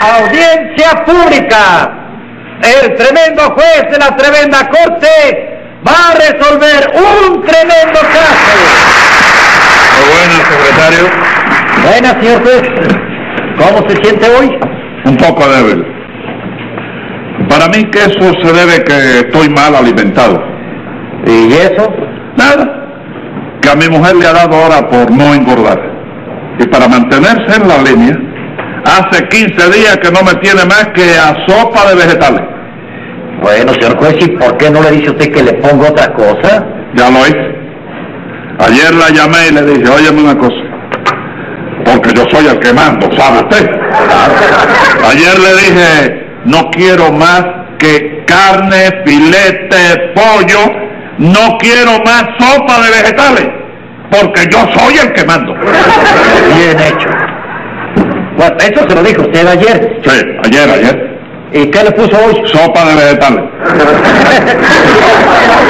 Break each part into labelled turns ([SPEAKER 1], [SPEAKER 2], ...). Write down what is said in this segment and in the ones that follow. [SPEAKER 1] Audiencia pública. El tremendo juez de la tremenda corte va a resolver un tremendo caso.
[SPEAKER 2] Muy bueno, secretario.
[SPEAKER 1] Buenas, señor juez. ¿Cómo se siente hoy?
[SPEAKER 2] Un poco débil. Para mí que eso se debe que estoy mal alimentado.
[SPEAKER 1] ¿Y eso?
[SPEAKER 2] Nada. Que a mi mujer le ha dado ahora por no engordar. Y para mantenerse en la línea, hace 15 días que no me tiene más que a sopa de vegetales.
[SPEAKER 1] Bueno, señor juez, ¿y por qué no le dice usted que le ponga otra cosa?
[SPEAKER 2] Ya lo hice. Ayer la llamé y le dije, óyeme una cosa. Porque yo soy el que mando, ¿sabe usted? Ayer le dije, no quiero más que carne, filete, pollo, no quiero más sopa de vegetales, porque yo soy el que mando.
[SPEAKER 1] Bien hecho. Bueno, eso se lo dijo usted ayer.
[SPEAKER 2] Sí, ayer, ayer.
[SPEAKER 1] ¿Y qué le puso hoy?
[SPEAKER 2] Sopa de vegetales.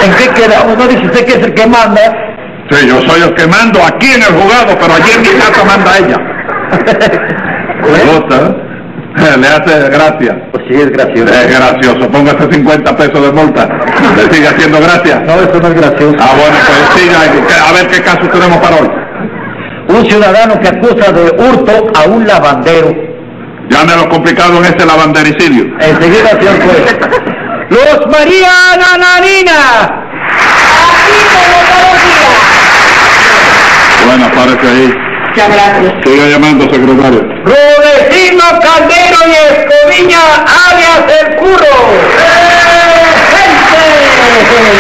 [SPEAKER 1] ¿En qué quedamos? ¿No dice usted que es el que manda?
[SPEAKER 2] Sí, yo soy el que mando aquí en el jugado, pero allí en mi casa manda ella. Me
[SPEAKER 1] ¿Eh?
[SPEAKER 2] gusta, ¿eh? Le hace gracia.
[SPEAKER 1] Pues sí, es gracioso.
[SPEAKER 2] Es gracioso, póngase 50 pesos de multa. Le sigue haciendo gracia.
[SPEAKER 1] No, eso no es gracioso.
[SPEAKER 2] Ah, bueno, pues siga, que- a ver qué caso tenemos para hoy.
[SPEAKER 1] Un ciudadano que acusa de hurto a un lavandero.
[SPEAKER 2] Ya me lo complicado en este lavandericidio.
[SPEAKER 1] Enseguida, señor juez. Luz María Nananina.
[SPEAKER 2] Bueno, párese ahí.
[SPEAKER 3] Muchas gracias.
[SPEAKER 2] Siga llamando, secretario.
[SPEAKER 1] Rudecino Caldero y Escoviña, alias El Curro. ¡Presente!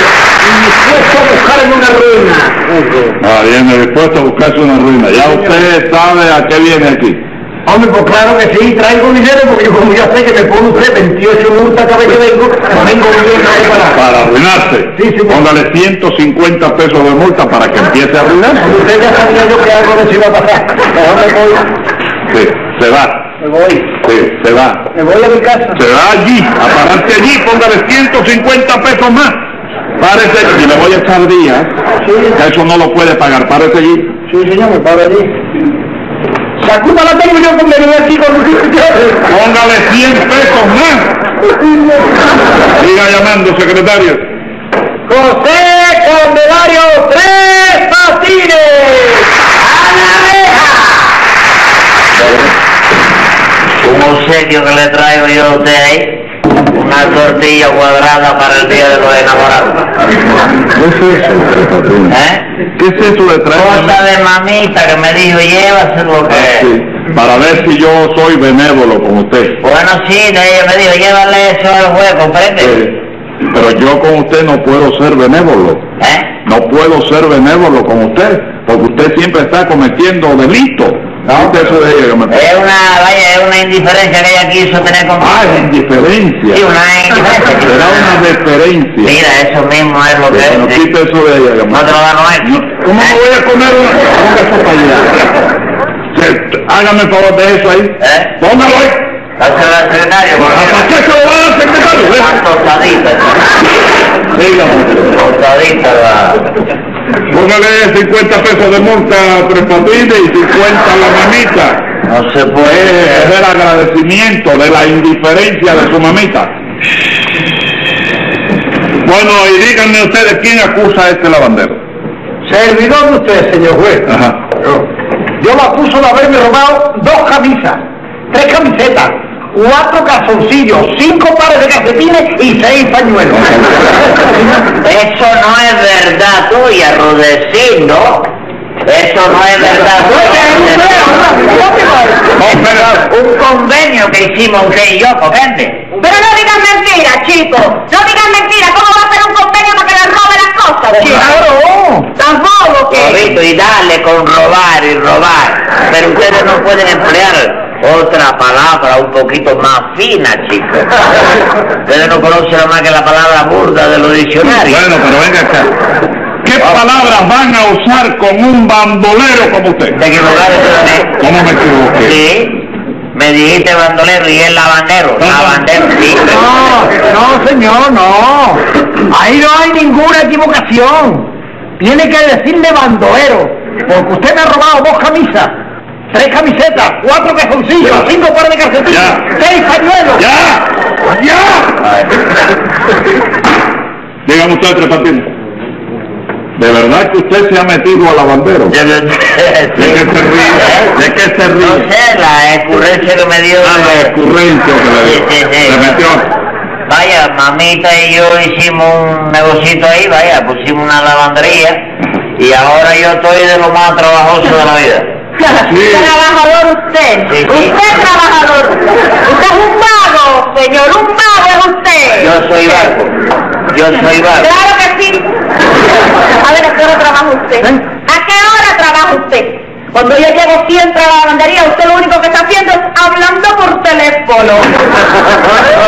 [SPEAKER 1] Dispuesto a buscar en una ruina.
[SPEAKER 2] Ah, viene dispuesto a buscarse una ruina. Ya usted sabe a qué viene aquí.
[SPEAKER 1] Hombre, pues claro que sí, traigo dinero porque yo como ya sé que me pone usted 28 multas cada vez que vengo, pues vengo bien preparado.
[SPEAKER 2] Para arruinarse.
[SPEAKER 1] Sí, señor.
[SPEAKER 2] Póngale 150 pesos de multa para que empiece a arruinarse.
[SPEAKER 1] Usted ya sabía yo que algo de eso iba a pasar. Mejor me voy,
[SPEAKER 2] Sí, se va.
[SPEAKER 1] me voy,
[SPEAKER 2] Sí, se va.
[SPEAKER 1] me voy a mi casa.
[SPEAKER 2] Se va allí, a pararse allí, póngale 150 pesos más. Párese y le voy a echar días. que Eso no lo puede pagar, párese allí.
[SPEAKER 1] Sí, señor, me paro allí. La culpa la tengo yo con mi aquí con
[SPEAKER 2] Póngale 100 pesos más. Siga llamando, secretario.
[SPEAKER 1] José Candelario Tres Patines. ¡A la reja!
[SPEAKER 4] Un obsequio que le traigo yo a usted ahí. Una tortilla cuadrada para el día de los enamorados.
[SPEAKER 2] ¿Qué es eso,
[SPEAKER 4] ¿Eh?
[SPEAKER 2] ¿Qué es eso de
[SPEAKER 4] Cosa
[SPEAKER 2] traerme?
[SPEAKER 4] de mamita que me dijo,
[SPEAKER 1] Ah,
[SPEAKER 4] llévaselo que.
[SPEAKER 2] Sí, Para ver si yo soy benévolo con usted.
[SPEAKER 4] Bueno, sí, de- ella me dijo, llévale eso al juez, comprende.
[SPEAKER 2] Eh, Pero yo con usted no puedo ser benévolo.
[SPEAKER 4] ¿Eh?
[SPEAKER 2] No puedo ser benévolo con usted, porque usted siempre está cometiendo delitos. Ah, usted eso de que me-
[SPEAKER 4] Es una, vaya, es una indiferencia que ella quiso tener conmigo.
[SPEAKER 2] Ah, es indiferencia.
[SPEAKER 4] Sí, una indiferencia.
[SPEAKER 2] Será una deferencia.
[SPEAKER 4] Mira, eso mismo es lo que
[SPEAKER 2] Bueno,
[SPEAKER 4] es.
[SPEAKER 2] quite eso de ahí, que me-
[SPEAKER 4] No Eh, te lo da Noel.
[SPEAKER 2] ¿Cómo me voy a comer una? Ponga eso para allá. Se- Hágame el favor de eso ahí.
[SPEAKER 4] ¿Eh?
[SPEAKER 2] Póngalo ahí.
[SPEAKER 4] Dáselo al secretario, por
[SPEAKER 2] ¿Para qué
[SPEAKER 4] favor.
[SPEAKER 2] se lo va a dar, secretario?
[SPEAKER 4] Está tostadita,
[SPEAKER 2] Dígame.
[SPEAKER 4] tostadita la...
[SPEAKER 2] Póngale 50 pesos de multa a Tres Patines y 50 a la mamita.
[SPEAKER 4] No se
[SPEAKER 2] Pues
[SPEAKER 4] puede.
[SPEAKER 2] es el agradecimiento de la indiferencia de su mamita. Bueno, y díganme ustedes quién acusa a este lavandero.
[SPEAKER 1] Servidor de usted, señor juez.
[SPEAKER 2] Ajá.
[SPEAKER 1] Yo lo acuso de haberme robado dos camisas, tres camisetas, cuatro calzoncillos, cinco pares de calcetines y seis pañuelos.
[SPEAKER 4] Eso no es verdad tuya, Rudecindo. Eso no es verdad tuya.
[SPEAKER 2] Póngale-
[SPEAKER 4] Un convenio que hicimos usted y yo, ¿comprende?
[SPEAKER 3] Pero no digas mentiras, chicos. No digas mentiras. ¿Cómo va a ser un convenio para que le robe las cosas, chicos?
[SPEAKER 1] ¡Claro!
[SPEAKER 3] Tampoco que.
[SPEAKER 4] Corito, y dale con robar y robar. Pero ustedes no pueden emplear otra palabra un poquito más fina, chicos. Ustedes no conocen nada más que la palabra burda de los diccionarios.
[SPEAKER 2] Bueno, pero venga acá. ¿Qué
[SPEAKER 4] Ah.
[SPEAKER 2] palabras van a usar con un bandolero como usted?
[SPEAKER 4] Te equivocaste, Daniel.
[SPEAKER 2] ¿Cómo me equivoqué?
[SPEAKER 4] Sí. Me dijiste bandolero y es lavandero. Lavandero, sí.
[SPEAKER 1] No, no, señor, no. Ahí no hay ninguna equivocación. Tiene que decirle bandolero. Porque usted me ha robado dos camisas, tres camisetas, cuatro calzoncillos,
[SPEAKER 2] Ya.
[SPEAKER 1] cinco pares de calcetines,
[SPEAKER 2] Ya.
[SPEAKER 1] seis pañuelos.
[SPEAKER 2] ¡Ya! ¡Ya! Dígame usted, Tres Patines. ¿De verdad que usted se ha metido a lavandero?
[SPEAKER 4] Yo- yo-
[SPEAKER 2] ¿De qué se ríe? ¿De qué se ríe?
[SPEAKER 4] No sé, la escurrencia que me dio.
[SPEAKER 2] Ah, la
[SPEAKER 4] de-
[SPEAKER 2] escurrencia que le dio.
[SPEAKER 4] Sí, sí, sí.
[SPEAKER 2] Se metió.
[SPEAKER 4] Vaya, mamita y yo hicimos un negocito ahí, vaya, pusimos una lavandería y ahora yo estoy de lo más trabajoso de la vida.
[SPEAKER 2] Sí.
[SPEAKER 3] Trabajador usted.
[SPEAKER 4] Sí, sí.
[SPEAKER 3] Usted trabajador. Usted es un vago, señor. Un vago es usted.
[SPEAKER 4] Yo soy barco, yo soy barco.
[SPEAKER 3] Claro que sí. A ver, ¿a qué hora trabaja
[SPEAKER 1] ¿Eh?
[SPEAKER 3] usted? ¿A qué hora trabaja usted? Cuando yo llego siempre a la lavandería, usted lo único que está haciendo es hablando por teléfono.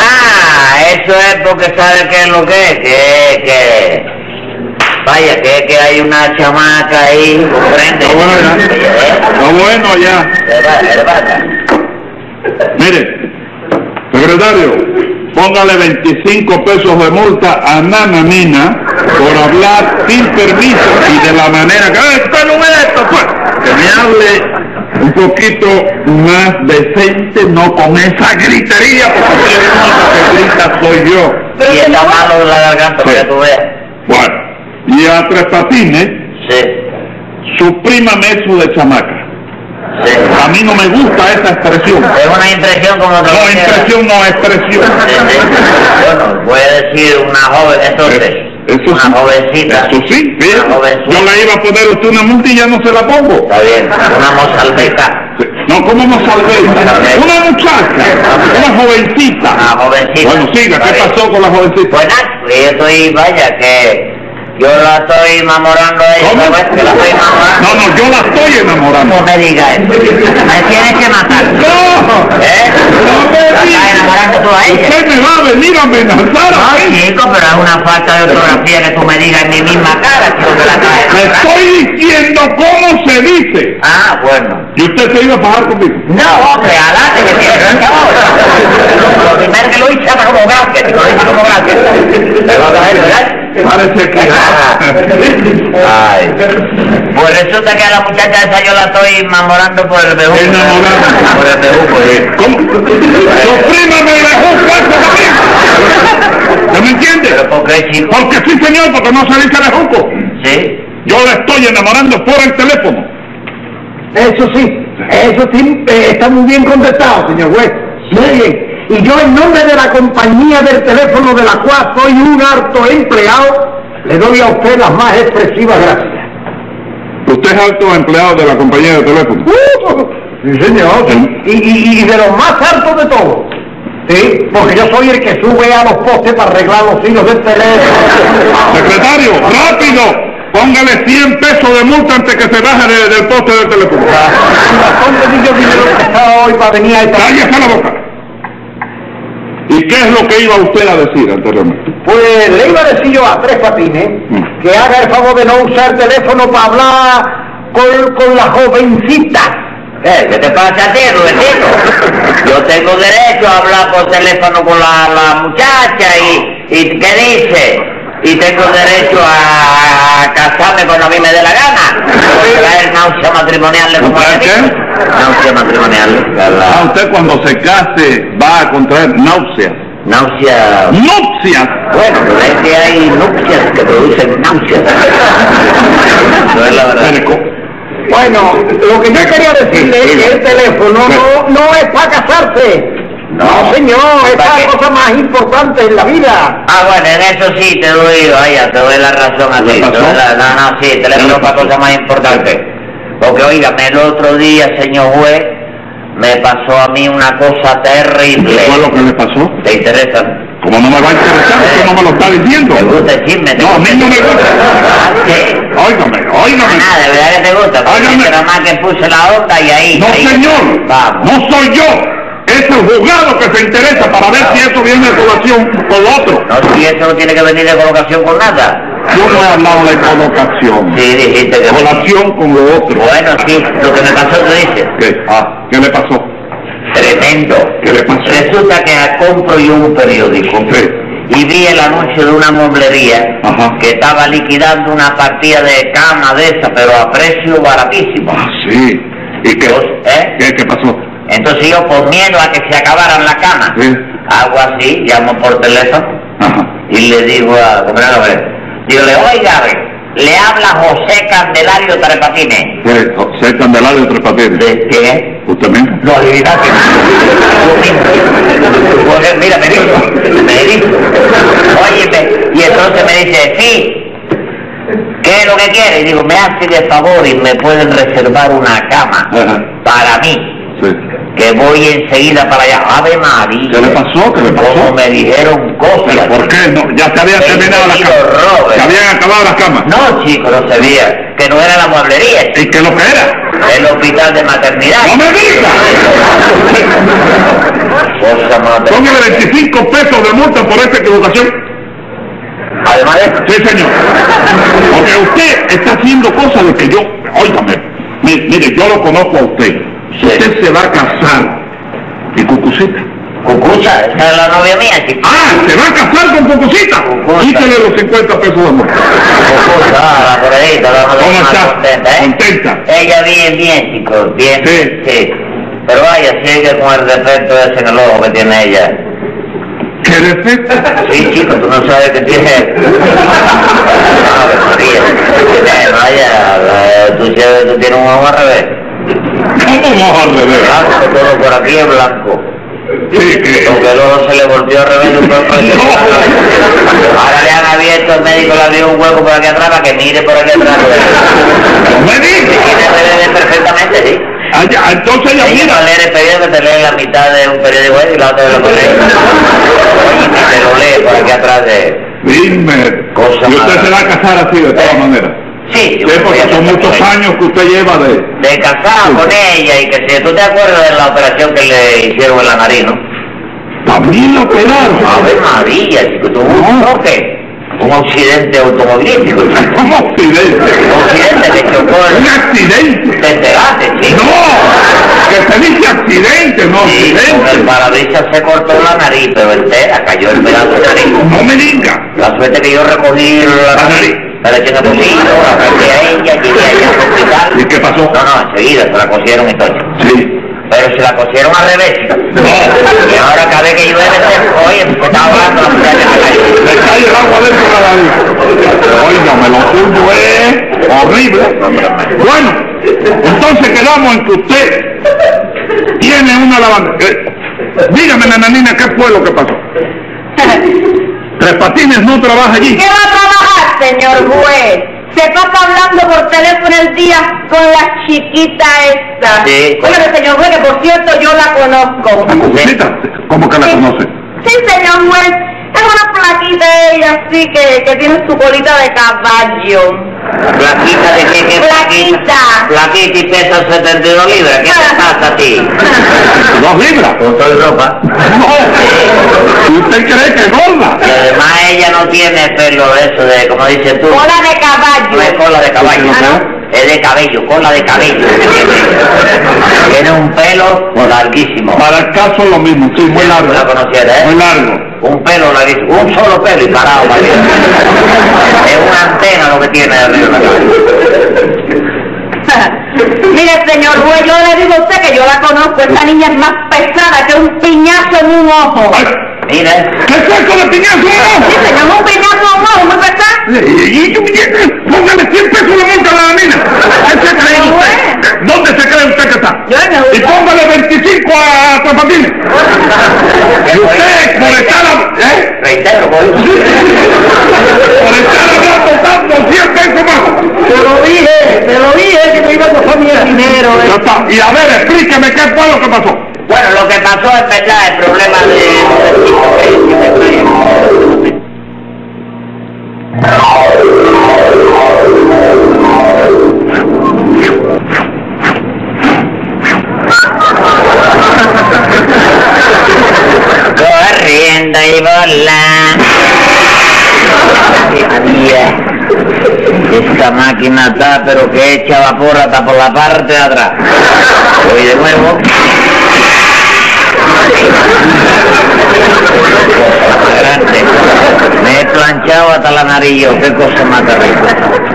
[SPEAKER 4] Ah, eso es porque sabe qué es lo que es, que, que... Vaya, que, que hay una chamaca ahí, comprende. ¿eh?
[SPEAKER 2] Está bueno ya. Está bueno ya.
[SPEAKER 4] Hermana, hermana.
[SPEAKER 2] Mire, secretario, póngale 25 pesos de multa a Nananina por hablar sin permiso y de la manera que... ¡Eh, usted no ve esto, pues! Que me hable un poquito más decente, no con esa gritería, porque si el único que grita soy yo.
[SPEAKER 4] Y está malo de la garganta,
[SPEAKER 2] Sí.
[SPEAKER 4] para que tú veas.
[SPEAKER 2] Bueno, y a Tres Patines,
[SPEAKER 4] Sí,
[SPEAKER 2] suprímame eso de chamaca.
[SPEAKER 4] sí.
[SPEAKER 2] A mí no me gusta esa expresión.
[SPEAKER 4] Es una impresión como otra
[SPEAKER 2] No,
[SPEAKER 4] cualquiera.
[SPEAKER 2] expresión no, expresión.
[SPEAKER 4] Sí, sí. Bueno, voy a decir una joven, entonces.
[SPEAKER 2] Es- Eh, eso
[SPEAKER 4] una
[SPEAKER 2] sí.
[SPEAKER 4] jovencita.
[SPEAKER 2] Eso sí, fíjate,
[SPEAKER 4] Una jovencita.
[SPEAKER 2] yo le iba a poner a usted una multa y ya no se la pongo.
[SPEAKER 4] Está bien, una mozalbeta.
[SPEAKER 2] Sí. No, ¿cómo no salvéis? Una muchacha, una jovencita.
[SPEAKER 4] Una jovencita.
[SPEAKER 2] Bueno, siga, ¿qué
[SPEAKER 4] Está bien.
[SPEAKER 2] pasó con la jovencita?
[SPEAKER 4] Pues nada, pues yo estoy, vaya, que yo la estoy enamorando a ella.
[SPEAKER 2] ¿Cómo?
[SPEAKER 4] ¿sabes? pues, Que la estoy enamorando.
[SPEAKER 2] No, no, yo la estoy enamorando.
[SPEAKER 4] No me diga eso. Me tienes que matar.
[SPEAKER 2] ¡No!
[SPEAKER 4] ¿Eh?
[SPEAKER 2] ¡No me
[SPEAKER 4] La
[SPEAKER 2] diga.
[SPEAKER 4] estás enamorando tú a ella.
[SPEAKER 2] Usted me va a venir a amenazar a
[SPEAKER 4] Ay, chico, pero es una falta de ortografía que tú me digas en mi misma cara, chico, que la traes.
[SPEAKER 2] Le estoy diciendo cómo se dice.
[SPEAKER 4] Ah, bueno.
[SPEAKER 2] Y usted se iba a bajar conmigo.
[SPEAKER 4] No, hombre, alate que tiene no. Lo primero que lo hice fue como gracia, chico, lo hice como gracia. ¿Me va a caer, verdad?
[SPEAKER 2] Parece que...
[SPEAKER 4] Ay. Pues resulta que a la muchacha esa yo la estoy enamorando por el bejuco.
[SPEAKER 2] Enamorando.
[SPEAKER 4] Por el pues. bejuco, sí.
[SPEAKER 2] ¿Cómo? Soprímame eh. la justa también. ¿No me entiende?
[SPEAKER 4] ¿Pero por qué, chico?
[SPEAKER 2] Porque sí, señor, porque no se dice lejuco.
[SPEAKER 4] Sí.
[SPEAKER 2] Yo la estoy enamorando por el teléfono.
[SPEAKER 1] Eso sí, eso sí, eh, está muy bien contestado, señor juez. Muy bien. Y yo en nombre de la compañía del teléfono de la cual soy un harto empleado, le doy a usted las más expresivas gracias.
[SPEAKER 2] Usted es alto empleado de la compañía de teléfono.
[SPEAKER 1] ¡Uh! Sí, señor. Y, y- y de los más altos de todos. Sí, porque yo soy el que sube a los postes para arreglar los hilos del teléfono.
[SPEAKER 2] Secretario, rápido. Póngale 100 pesos de multa antes que se baje de- del poste del teléfono.
[SPEAKER 1] Razón que yo dinero prestado hoy para venir a esta...
[SPEAKER 2] Cállese la boca. ¿Y qué es lo que iba usted a decir anteriormente?
[SPEAKER 1] Pues le iba a decir yo a Tres Patines
[SPEAKER 2] Mm.
[SPEAKER 1] que haga el favor de no usar teléfono para hablar con, con la jovencita.
[SPEAKER 4] Eh, ¿Qué te pasa a ti, Rubentito? Yo tengo derecho a hablar por teléfono con la, la muchacha y, y ¿qué dice? Y tengo derecho a casarme cuando a mí me dé la gana. Voy a traer náusea matrimonial de como
[SPEAKER 2] ¿Traer qué?
[SPEAKER 4] Náusea matrimonial. La,
[SPEAKER 2] Ah,
[SPEAKER 4] la-
[SPEAKER 2] usted cuando se case va a contraer náuseas.
[SPEAKER 4] náusea...
[SPEAKER 2] ¡Nupcias!
[SPEAKER 4] Bueno, pero es que hay nupcias que producen náuseas. No es la verdad.
[SPEAKER 2] Mire, co-
[SPEAKER 1] Bueno, lo que yo quería decirle es que el teléfono no, no es para casarse. No, señor, es
[SPEAKER 4] ¿Para
[SPEAKER 1] para
[SPEAKER 4] qué?
[SPEAKER 1] la cosa más importante en la vida.
[SPEAKER 4] Ah, bueno, en eso sí te doy, vaya, te doy la razón a ti.
[SPEAKER 2] ¿Le
[SPEAKER 4] te
[SPEAKER 2] pasó?
[SPEAKER 4] doy la- no, no, sí, te
[SPEAKER 2] ¿Qué
[SPEAKER 4] la
[SPEAKER 2] le
[SPEAKER 4] doy para
[SPEAKER 2] pasó?
[SPEAKER 4] cosas más importantes. Porque, oígame, el otro día, señor juez, me pasó a mí una cosa
[SPEAKER 2] ¿Qué
[SPEAKER 4] terrible.
[SPEAKER 2] fue lo que le pasó?
[SPEAKER 4] ¿Te interesa?
[SPEAKER 2] Como no me va a interesar, usted no me lo está diciendo.
[SPEAKER 4] ¿Te gusta el chisme? ¿Te
[SPEAKER 2] No, a mí
[SPEAKER 4] gusta el
[SPEAKER 2] no me
[SPEAKER 4] chisme?
[SPEAKER 2] gusta.
[SPEAKER 4] Ah, sí.
[SPEAKER 2] Óigame,
[SPEAKER 4] Ah,
[SPEAKER 2] óigame.
[SPEAKER 4] nada, de verdad que te gusta. Porque
[SPEAKER 2] Óigame.
[SPEAKER 4] nada más que puse la onda y ahí.
[SPEAKER 2] Ah, No,
[SPEAKER 4] ahí.
[SPEAKER 2] señor.
[SPEAKER 4] Vamos.
[SPEAKER 2] No soy yo. Es el juzgado que se interesa para ver si eso viene de colación con lo otro.
[SPEAKER 4] No, si eso no tiene que venir de colocación con nada.
[SPEAKER 2] Yo no he hablado de colocación.
[SPEAKER 4] Sí, dijiste que...
[SPEAKER 2] Colación con lo otro.
[SPEAKER 4] Bueno, sí, lo que me pasó tú dices.
[SPEAKER 2] ¿Qué? Ah, ¿qué le pasó?
[SPEAKER 4] Tremendo.
[SPEAKER 2] ¿Qué le pasó?
[SPEAKER 4] Resulta que compro yo un periódico.
[SPEAKER 2] Sí.
[SPEAKER 4] y vi el anuncio de una mueblería
[SPEAKER 2] Ajá.
[SPEAKER 4] que estaba liquidando una partida de cama de esa, pero a precio baratísimo.
[SPEAKER 2] Ah, sí. ¿Y qué,
[SPEAKER 4] ¿Eh?
[SPEAKER 2] qué, qué pasó?
[SPEAKER 4] Entonces yo, por miedo a que se acabaran la cama,
[SPEAKER 2] Sí.
[SPEAKER 4] hago así, llamo por teléfono
[SPEAKER 2] Ajá.
[SPEAKER 4] y le digo a comprar digo, le oiga, ve, le habla José Candelario Trepatine.
[SPEAKER 2] Fue oh, José Candelario Tres Patines.
[SPEAKER 4] ¿De quién es?
[SPEAKER 2] ¿Usted mismo?
[SPEAKER 4] No, adivinaste. Porque, mira, me dijo, me dijo. Óyeme, y entonces me dice, sí, ¿qué es lo que quiere? Y digo, me hace de favor y me pueden reservar una cama
[SPEAKER 2] Ajá.
[SPEAKER 4] para mí,
[SPEAKER 2] Sí.
[SPEAKER 4] que voy enseguida para allá. Ave María.
[SPEAKER 2] ¿Qué le pasó? ¿Qué le
[SPEAKER 4] Como
[SPEAKER 2] pasó?
[SPEAKER 4] me dijeron cosas.
[SPEAKER 2] ¿Pero por qué? No, ya se habían
[SPEAKER 4] Me
[SPEAKER 2] terminado las
[SPEAKER 4] dijo,
[SPEAKER 2] camas.
[SPEAKER 4] Robert.
[SPEAKER 2] Se habían acabado las camas.
[SPEAKER 4] No, chico, no sabía. Que no era la mueblería,
[SPEAKER 2] ¿Y qué lo que era?
[SPEAKER 4] el hospital de maternidad.
[SPEAKER 2] ¡No me digas!
[SPEAKER 4] Cosa más de-
[SPEAKER 2] Póngale 25 pesos de multa por esta equivocación.
[SPEAKER 4] Además de
[SPEAKER 2] Sí, señor. Porque usted está haciendo cosas de que yo... Óigame, mi- mire, yo lo conozco a usted.
[SPEAKER 4] Sí.
[SPEAKER 2] Usted se va a casar. ¿Y Cucucita?
[SPEAKER 4] Cucucha, esa es la novia mía, chico.
[SPEAKER 2] ¡Ah, se va a casar con Cucucita!
[SPEAKER 4] Cucucita.
[SPEAKER 2] Quítele los 50 pesos de multa.
[SPEAKER 4] Cucucha, ah, la por ahí, te la
[SPEAKER 2] ¿Cómo
[SPEAKER 4] más
[SPEAKER 2] está?
[SPEAKER 4] contenta, ¿eh?
[SPEAKER 2] ¿Contenta?
[SPEAKER 4] Ella bien, bien, chico, bien.
[SPEAKER 2] Sí.
[SPEAKER 4] Pero vaya, sigue con el defecto ese en el ojo que tiene ella.
[SPEAKER 2] ¿Qué defecto?
[SPEAKER 4] Sí, chico, tú no sabes que tiene... Ave María. Eh, Vaya, la- tú sabes que tiene un ojo al revés.
[SPEAKER 2] ¿Cómo vamos al revés?
[SPEAKER 4] Blanco, todo por aquí es blanco.
[SPEAKER 2] Sí, eh, que...
[SPEAKER 4] Porque el ojo se le volteó al revés de un pronto.
[SPEAKER 2] No.
[SPEAKER 4] Ahora le han abierto al médico, le abrió un hueco por aquí atrás para que mire por aquí atrás.
[SPEAKER 2] ¡No me
[SPEAKER 4] Sí,
[SPEAKER 2] digas!
[SPEAKER 4] tiene revés perfectamente, sí.
[SPEAKER 2] Ah, ya, entonces ella
[SPEAKER 4] Hay que
[SPEAKER 2] mira...
[SPEAKER 4] no leer el periódico, te lee la mitad de un periódico ahí y la otra de lo que lee. Oye, te lo lee por aquí atrás de...
[SPEAKER 2] Dime,
[SPEAKER 4] Cosa
[SPEAKER 2] y usted
[SPEAKER 4] mala.
[SPEAKER 2] se va a casar así de todas
[SPEAKER 4] Eh.
[SPEAKER 2] maneras.
[SPEAKER 4] Sí,
[SPEAKER 2] Sí,
[SPEAKER 4] yo voy a
[SPEAKER 2] porque son
[SPEAKER 4] hacer
[SPEAKER 2] muchos
[SPEAKER 4] eso.
[SPEAKER 2] años que usted lleva de...
[SPEAKER 4] De casado con ella y que si tú te acuerdas de la operación que le hicieron en la nariz, ¿no?
[SPEAKER 2] También lo operaron.
[SPEAKER 4] Ave María, chico, tuvo un choque, un accidente automovilístico. chico.
[SPEAKER 2] ¿Cómo
[SPEAKER 4] Un
[SPEAKER 2] accidente?
[SPEAKER 4] accidente que chocó
[SPEAKER 2] ¿Un
[SPEAKER 4] el...
[SPEAKER 2] accidente?
[SPEAKER 4] Te enteraste, chico.
[SPEAKER 2] ¡No! Que se dice accidente, no
[SPEAKER 4] Sí, con el
[SPEAKER 2] accidente.
[SPEAKER 4] parabrisas se cortó la nariz, pero entera, cayó el pedazo de nariz.
[SPEAKER 2] No me diga.
[SPEAKER 4] La suerte que yo recogí la
[SPEAKER 2] La nariz.
[SPEAKER 4] la leche de bolillo, la frente a ella, llegué allá al hospital.
[SPEAKER 2] ¿Y qué pasó?
[SPEAKER 4] No, no, enseguida se la cosieron y todo.
[SPEAKER 2] Sí.
[SPEAKER 4] Pero se la cosieron al revés. Y ahora cada vez que llueve, se- oye, pues está hablando la mujer de la calle.
[SPEAKER 2] Le cae el agua dentro de la nariz. Óigame, lo tuyo es horrible. Bueno, entonces quedamos en que usted tiene una lavanda. eh, dígame, nananina, ¿qué fue lo que pasó? Tres Patines no trabaja allí.
[SPEAKER 3] ¿Qué va a trabajar, señor juez? Se pasa hablando por teléfono el día con la chiquita esta.
[SPEAKER 4] Sí.
[SPEAKER 3] Bueno, señor juez, que por cierto yo la conozco.
[SPEAKER 2] La cucucita, ¿cómo que la conoce?
[SPEAKER 3] Sí, señor juez. Es una plaquita ella, así que, que tiene su colita de caballo.
[SPEAKER 4] Plaquita de qué, qué
[SPEAKER 3] Plaquita.
[SPEAKER 4] Plaquita y pesa 72 libras. ¿Qué te pasa a ti?
[SPEAKER 2] ¿Dos libras?
[SPEAKER 4] Con todo y ropa.
[SPEAKER 2] No. ¿Y usted cree que es gorda?
[SPEAKER 4] Y además ella no tiene pelo eso de, como dices tú.
[SPEAKER 3] Cola de
[SPEAKER 4] No es
[SPEAKER 3] caballo.
[SPEAKER 4] cola de caballo,
[SPEAKER 2] ¿Sí, no?
[SPEAKER 4] es de cabello, cola de cabello. Tiene un pelo larguísimo.
[SPEAKER 2] Para el caso lo mismo, sí, muy largo.
[SPEAKER 4] La conociera,
[SPEAKER 2] Muy
[SPEAKER 4] ¿eh?
[SPEAKER 2] largo.
[SPEAKER 4] Un pelo larguísimo, un solo pelo y parado para arriba. Es una antena lo que tiene arriba de la cabeza.
[SPEAKER 3] Mire, señor juez, yo le digo a usted que yo la conozco. Esa niña es más pesada que un piñazo en un ojo.
[SPEAKER 2] Ay,
[SPEAKER 4] Mira, ¿eh?
[SPEAKER 2] ¿Qué saco de piñazo?
[SPEAKER 3] Sí, señor, un piñazo en un ojo, muy pesado.
[SPEAKER 2] Y- y- y- Póngale 100 pesos de multa a la mina. ¿Qué se cree usted? ¿Dónde se cree usted que está?
[SPEAKER 3] Yo en el
[SPEAKER 2] Y póngale 25 a Trapatines. Y usted, por estar, hab- ¿eh?
[SPEAKER 4] reitero, pues. voy.
[SPEAKER 2] por estar hablando tanto, 100 pesos más. Te lo dije, te lo dije que me iba a costar mi dinero. Ya está. Y a ver, explíqueme qué fue lo que pasó.
[SPEAKER 4] Bueno, lo que pasó es verdad, el problema de... Corriendo y volando. María. Esta máquina está, pero que echa vapor hasta por la parte de atrás. Voy de nuevo. grande. Me he planchado hasta la nariz yo, qué cosa más terrible.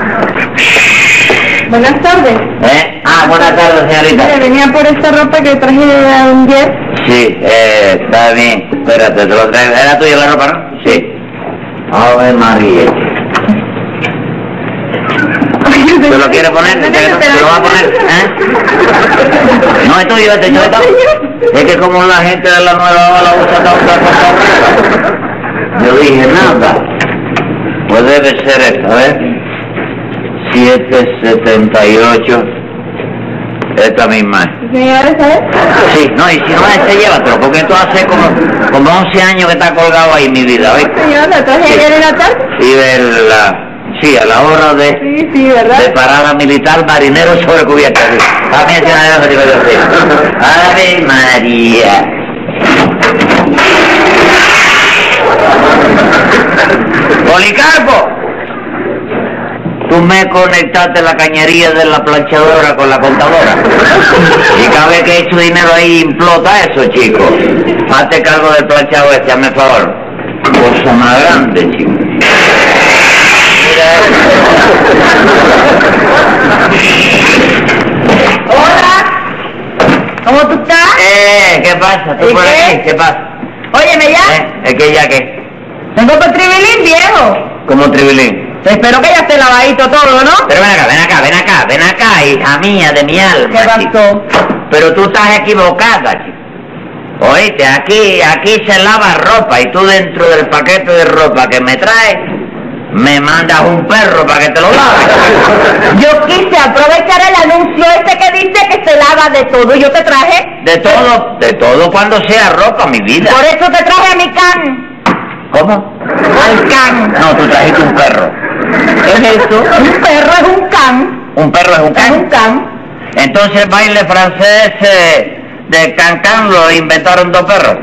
[SPEAKER 3] Buenas tardes.
[SPEAKER 4] ¿Eh? Ah, buenas tardes,
[SPEAKER 3] Mire,
[SPEAKER 4] señorita.
[SPEAKER 3] venía por esta ropa que traje de un jet.
[SPEAKER 4] Sí, eh, está bien. Espérate, te lo traigo. ¿Era tuya la ropa, no? Sí. Ave María. ¿Te lo quieres poner? ¿Te, te- te lo vas a poner? ¿Eh? No es tuyo, este yo Es que como la gente de la nueva la usa tanta cosa. Yo dije, nada. Pues debe ser esta, a ver. 778. Esta misma es.
[SPEAKER 3] Señores, ¿sabes?
[SPEAKER 4] Sí, no, y si no este, llévatelo, porque esto hace como, como 11 años que está colgado ahí mi vida, ¿ves?
[SPEAKER 3] Señor, la traje
[SPEAKER 4] Sí.
[SPEAKER 3] ayer en la tarde.
[SPEAKER 4] Y de la, sí, a la hora de,
[SPEAKER 3] Sí, sí,
[SPEAKER 4] de
[SPEAKER 3] ¿verdad?
[SPEAKER 4] parada militar, marinero sobre cubierta. sí. También tiene la de Ave María. Policarpo, tú me conectaste la cañería de la planchadora con la contadora. Y cada vez que echo dinero ahí implota eso, chico. Hazte cargo del planchado este, hazme favor. Cosa más grande, chico.
[SPEAKER 3] Hola. ¿Cómo tú estás?
[SPEAKER 4] Eh, ¿qué pasa? ¿Tú
[SPEAKER 3] ¿Y
[SPEAKER 4] por
[SPEAKER 3] qué? Ah.
[SPEAKER 4] aquí? ¿Qué pasa?
[SPEAKER 3] Óyeme ya.
[SPEAKER 4] Eh, ¿Es que ya qué?
[SPEAKER 3] Tengo tu tribilín, viejo.
[SPEAKER 4] Como tribilín.
[SPEAKER 3] Espero que ya esté lavadito todo, ¿no?
[SPEAKER 4] Pero ven acá, ven acá, ven acá, ven acá, hija mía, de mi
[SPEAKER 2] Eh,
[SPEAKER 3] ¿Qué
[SPEAKER 4] alma. chico.
[SPEAKER 3] pasó?
[SPEAKER 4] Pero tú estás equivocada, chico. Oíste, aquí, aquí se lava ropa y tú dentro del paquete de ropa que me traes, me mandas un perro para que te lo lave.
[SPEAKER 3] Yo quise aprovechar el anuncio este que dice que se lava de todo. Yo te traje.
[SPEAKER 4] De todo, de todo cuando sea ropa, mi vida.
[SPEAKER 3] Por eso te traje a mi can.
[SPEAKER 4] ¿Cómo?
[SPEAKER 3] Al can.
[SPEAKER 4] No, tú trajiste un perro. ¿Qué es esto?
[SPEAKER 3] Un perro es un can.
[SPEAKER 4] Un perro es un
[SPEAKER 3] Es
[SPEAKER 4] can.
[SPEAKER 3] un can.
[SPEAKER 4] Entonces el baile francés eh, de Cancán lo inventaron dos perros.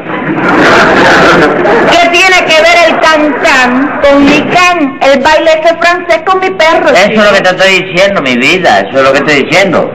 [SPEAKER 3] ¿Qué tiene que ver el can can con mi can? El baile ese francés con mi perro.
[SPEAKER 4] Eso es lo que te estoy diciendo, mi vida, eso es lo que estoy diciendo.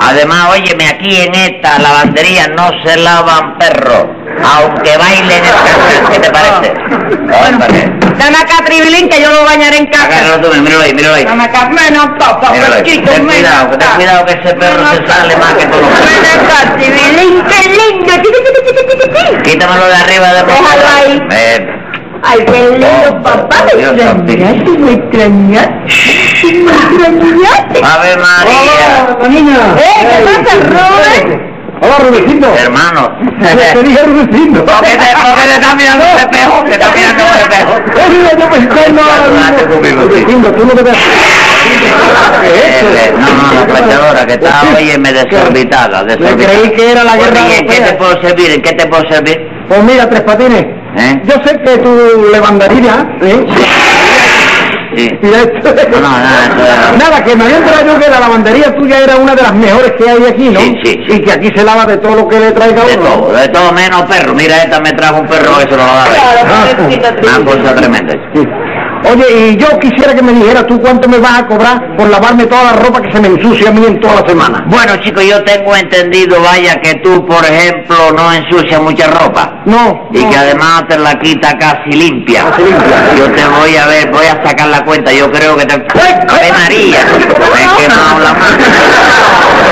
[SPEAKER 4] Además, óyeme, aquí en esta lavandería no se lavan perros, aunque bailen el Cancán, ¿qué te parece? Óndale.
[SPEAKER 3] Dame acá, Tribilín, que yo lo bañaré en casa.
[SPEAKER 4] Agárralo tú, míralo ahí, míralo ahí.
[SPEAKER 3] Dame acá, menos papá,
[SPEAKER 4] Míralo ahí.
[SPEAKER 3] chico,
[SPEAKER 4] Ten cuidado, que ten cuidado que ese perro se sale más que todo.
[SPEAKER 3] Ven acá, Tribilín, qué lindo. Ti, ti, ti, ti, ti, ti, ti, ti.
[SPEAKER 4] Quítamelo de arriba de
[SPEAKER 3] Déjalo ahí.
[SPEAKER 4] Eh,
[SPEAKER 3] Ay, qué lindo,
[SPEAKER 4] Oh,
[SPEAKER 3] papá,
[SPEAKER 4] por
[SPEAKER 3] me
[SPEAKER 4] Dios,
[SPEAKER 3] extrañaste, me extrañaste, me extrañaste.
[SPEAKER 4] Ave María,
[SPEAKER 1] ¡Hola, niña!
[SPEAKER 3] Eh, ¿qué pasa, Rubén?
[SPEAKER 1] ¡Hola,
[SPEAKER 3] Oh.
[SPEAKER 1] Rubecito! ¡Te
[SPEAKER 4] hermano.
[SPEAKER 1] dije Rubecito!
[SPEAKER 4] ¿Por qué te, por qué te estás mirando un espejo? Te estás mirando un espejo.
[SPEAKER 1] ¡Eh, mira, yo pensé, no,
[SPEAKER 4] Ya dudaste
[SPEAKER 1] no,
[SPEAKER 4] conmigo, sí.
[SPEAKER 1] Rubecito, tú no te das- ¿Qué es eso?
[SPEAKER 4] Eh, No, no, la planchadora que está, óyeme, desorbitada,
[SPEAKER 1] Me
[SPEAKER 4] desorbitada.
[SPEAKER 1] creí que era la
[SPEAKER 4] Pues,
[SPEAKER 1] guerra
[SPEAKER 4] ¿y ¿En qué te
[SPEAKER 1] europea.
[SPEAKER 4] puedo servir? ¿En qué te puedo servir?
[SPEAKER 1] Pues mira, Tres Patines,
[SPEAKER 4] ¿Eh?
[SPEAKER 1] yo sé que tú levantarías, ¿eh?
[SPEAKER 4] Sí.
[SPEAKER 1] Y esto-
[SPEAKER 4] No, no, nada, nada.
[SPEAKER 1] Nada, que me había enterado yo que la lavandería tuya era una de las mejores que hay aquí, ¿no?
[SPEAKER 4] Sí, sí, sí.
[SPEAKER 1] Y que aquí se lava de todo lo que le traiga
[SPEAKER 4] De
[SPEAKER 1] uno. ¿no?
[SPEAKER 4] todo, de todo menos perro. Mira, esta me trajo un perro que se lo va a dar.
[SPEAKER 1] Ah.
[SPEAKER 3] Claro, pobrecito,
[SPEAKER 4] Una
[SPEAKER 3] Tribilín.
[SPEAKER 4] cosa tremenda.
[SPEAKER 1] Sí. Oye, y yo quisiera que me dijeras tú cuánto me vas a cobrar por lavarme toda la ropa que se me ensucia a mí en toda la semana.
[SPEAKER 4] Bueno, chicos, yo tengo entendido, vaya, que tú, por ejemplo, no ensucias mucha ropa.
[SPEAKER 1] No.
[SPEAKER 4] Y
[SPEAKER 1] no.
[SPEAKER 4] que además te la quita casi limpia.
[SPEAKER 1] Casi limpia.
[SPEAKER 4] Yo te voy a ver, voy a sacar la cuenta. Yo creo que te. ¡Ave María! Me he quemado la mano.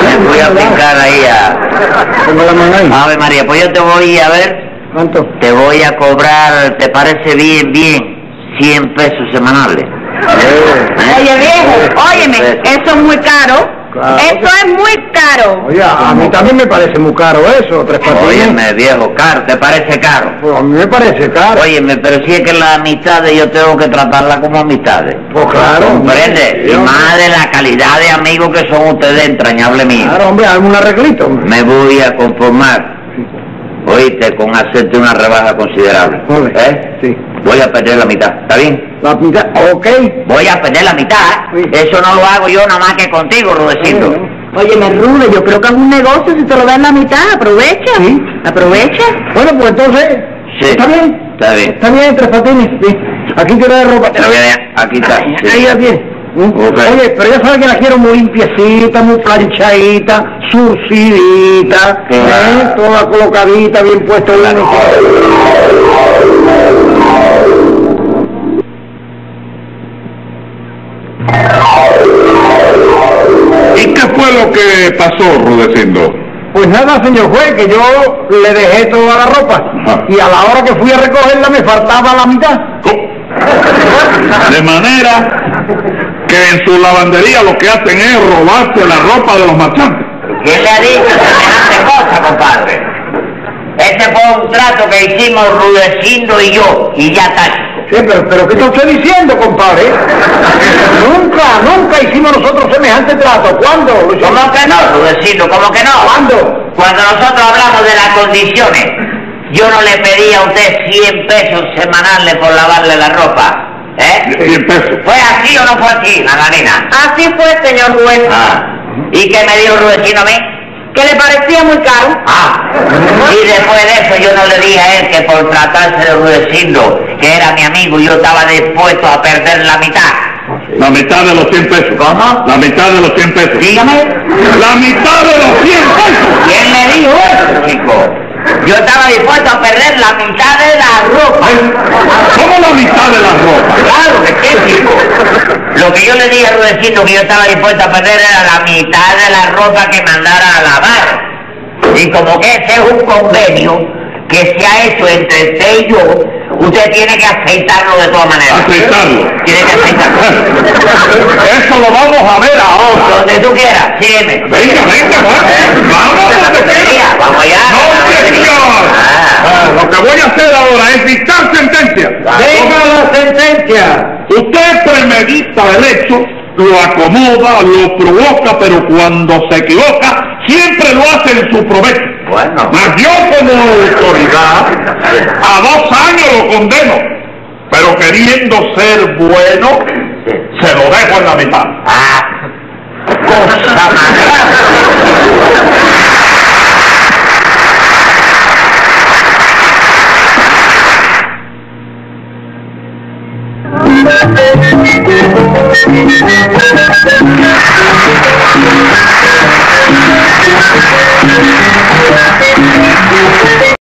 [SPEAKER 4] Me voy a picar ahí a.
[SPEAKER 1] Pongo la mano ahí.
[SPEAKER 4] Ave María, pues yo te voy a ver,
[SPEAKER 1] ¿Cuánto?
[SPEAKER 4] te voy a cobrar, ¿te parece bien, bien? 100 pesos semanales. ¿Eh?
[SPEAKER 3] Oye, viejo, óyeme,
[SPEAKER 4] Eso.
[SPEAKER 3] eso es muy caro.
[SPEAKER 1] Claro.
[SPEAKER 3] Eso es muy caro.
[SPEAKER 1] Oye, a mí también me parece muy caro eso, tres patines.
[SPEAKER 4] Óyeme, viejo, caro, ¿te parece caro?
[SPEAKER 1] Pues a mí me parece caro.
[SPEAKER 4] Óyeme, pero si es que las amistades yo tengo que tratarlas como amistades.
[SPEAKER 1] pues claro.
[SPEAKER 4] ¿Comprende? Y
[SPEAKER 1] Yo-
[SPEAKER 4] más de la calidad de amigos que son ustedes, entrañable mío.
[SPEAKER 1] Claro, hombre, algún arreglito. hombre.
[SPEAKER 4] Me voy a conformar, oíste, con hacerte una rebaja considerable.
[SPEAKER 1] Ole.
[SPEAKER 4] ¿Eh?
[SPEAKER 1] Sí.
[SPEAKER 4] Voy a perder la mitad, ¿está bien?
[SPEAKER 1] La mitad, ok.
[SPEAKER 4] Voy a perder la mitad.
[SPEAKER 1] Sí.
[SPEAKER 4] Eso no lo hago yo nada más que contigo, Rudecito.
[SPEAKER 3] Óyeme, Rubén, yo creo que es un negocio si te lo dan la mitad, aprovecha.
[SPEAKER 1] Sí.
[SPEAKER 3] Aprovecha.
[SPEAKER 1] Bueno, pues entonces,
[SPEAKER 4] Sí.
[SPEAKER 1] ¿está bien?
[SPEAKER 4] Está bien.
[SPEAKER 1] Está bien, tres patines. Sí. Aquí quiero de ropa.
[SPEAKER 4] Te lo voy a dar. Aquí está. sí.
[SPEAKER 1] Ahí la tiene.
[SPEAKER 4] Ok.
[SPEAKER 1] Oye, pero ya sabes que la quiero muy limpiecita, muy planchadita, surcidita,
[SPEAKER 3] Ah.
[SPEAKER 1] ¿eh?
[SPEAKER 4] Claro.
[SPEAKER 1] toda colocadita, bien puesta en la
[SPEAKER 4] Claro.
[SPEAKER 2] Rudecindo?
[SPEAKER 1] Pues nada, señor juez, que yo le dejé toda la ropa
[SPEAKER 3] Ah.
[SPEAKER 2] Ajá.
[SPEAKER 1] y a la hora que fui a recogerla me faltaba la mitad.
[SPEAKER 2] Co- De manera que en su lavandería lo que hacen es robarse la ropa de los marchantes.
[SPEAKER 4] ¿Quién le ha dicho semejante cosa, compadre? Ese fue un trato que hicimos Rudecindo y yo, y ya tácito.
[SPEAKER 1] Sí, pero, pero ¿qué está usted diciendo, compadre? nunca, nunca hicimos nosotros semejante trato. ¿Cuándo, Luis
[SPEAKER 4] ¿Cómo
[SPEAKER 1] Omar?
[SPEAKER 4] que no, Rudecindo? ¿Cómo que no?
[SPEAKER 1] ¿Cuándo?
[SPEAKER 4] Cuando nosotros hablamos de las condiciones, yo no le pedí a usted 100 pesos semanales por lavarle la ropa. ¿Eh?
[SPEAKER 2] 100 pesos.
[SPEAKER 4] ¿Fue así o no fue así, Nananina?
[SPEAKER 3] Así fue, señor juez,
[SPEAKER 4] Ah. ¿Y qué me dijo Rudecindo a mí?
[SPEAKER 3] que le parecía muy caro.
[SPEAKER 4] Ah, y después de eso yo no le dije a él que por tratarse de Rudecindo, que era mi amigo, yo estaba dispuesto a perder la mitad.
[SPEAKER 2] La mitad de los 100 pesos.
[SPEAKER 4] ¿Cómo?
[SPEAKER 2] La mitad de los 100 pesos.
[SPEAKER 4] Dígame,
[SPEAKER 2] La mitad de los 100 pesos.
[SPEAKER 4] ¿quién me dijo eso, chico? Yo estaba dispuesto a perder la mitad de la ropa.
[SPEAKER 2] ¿Cómo la mitad de la ropa?
[SPEAKER 4] Claro que sí, chico. Lo que yo le dije a Rudecindo que yo estaba dispuesto a perder era la mitad de la ropa que mandara a lavar. Y como que ese es un convenio que se ha hecho entre usted y yo, usted tiene que aceptarlo de todas maneras.
[SPEAKER 2] Aceitarlo.
[SPEAKER 4] Tiene que aceptarlo.
[SPEAKER 2] Eso lo vamos a ver ahora.
[SPEAKER 4] Donde tú quieras, sígueme.
[SPEAKER 2] Venga, venga, vamos. Vamos, donde
[SPEAKER 4] Venga,
[SPEAKER 2] quiera.
[SPEAKER 4] vamos allá.
[SPEAKER 2] No, señor.
[SPEAKER 4] Ah.
[SPEAKER 2] Ah, Lo que voy a hacer ahora es dictar sentencia.
[SPEAKER 1] ¡Venga la sentencia!
[SPEAKER 2] Usted premedita el hecho, lo acomoda, lo provoca, pero cuando se equivoca, siempre lo hace en su provecho.
[SPEAKER 4] Bueno.
[SPEAKER 2] Mas yo como autoridad, a dos años lo condeno, pero queriendo ser bueno, se lo dejo en la mitad.
[SPEAKER 4] Ah. Cosa más.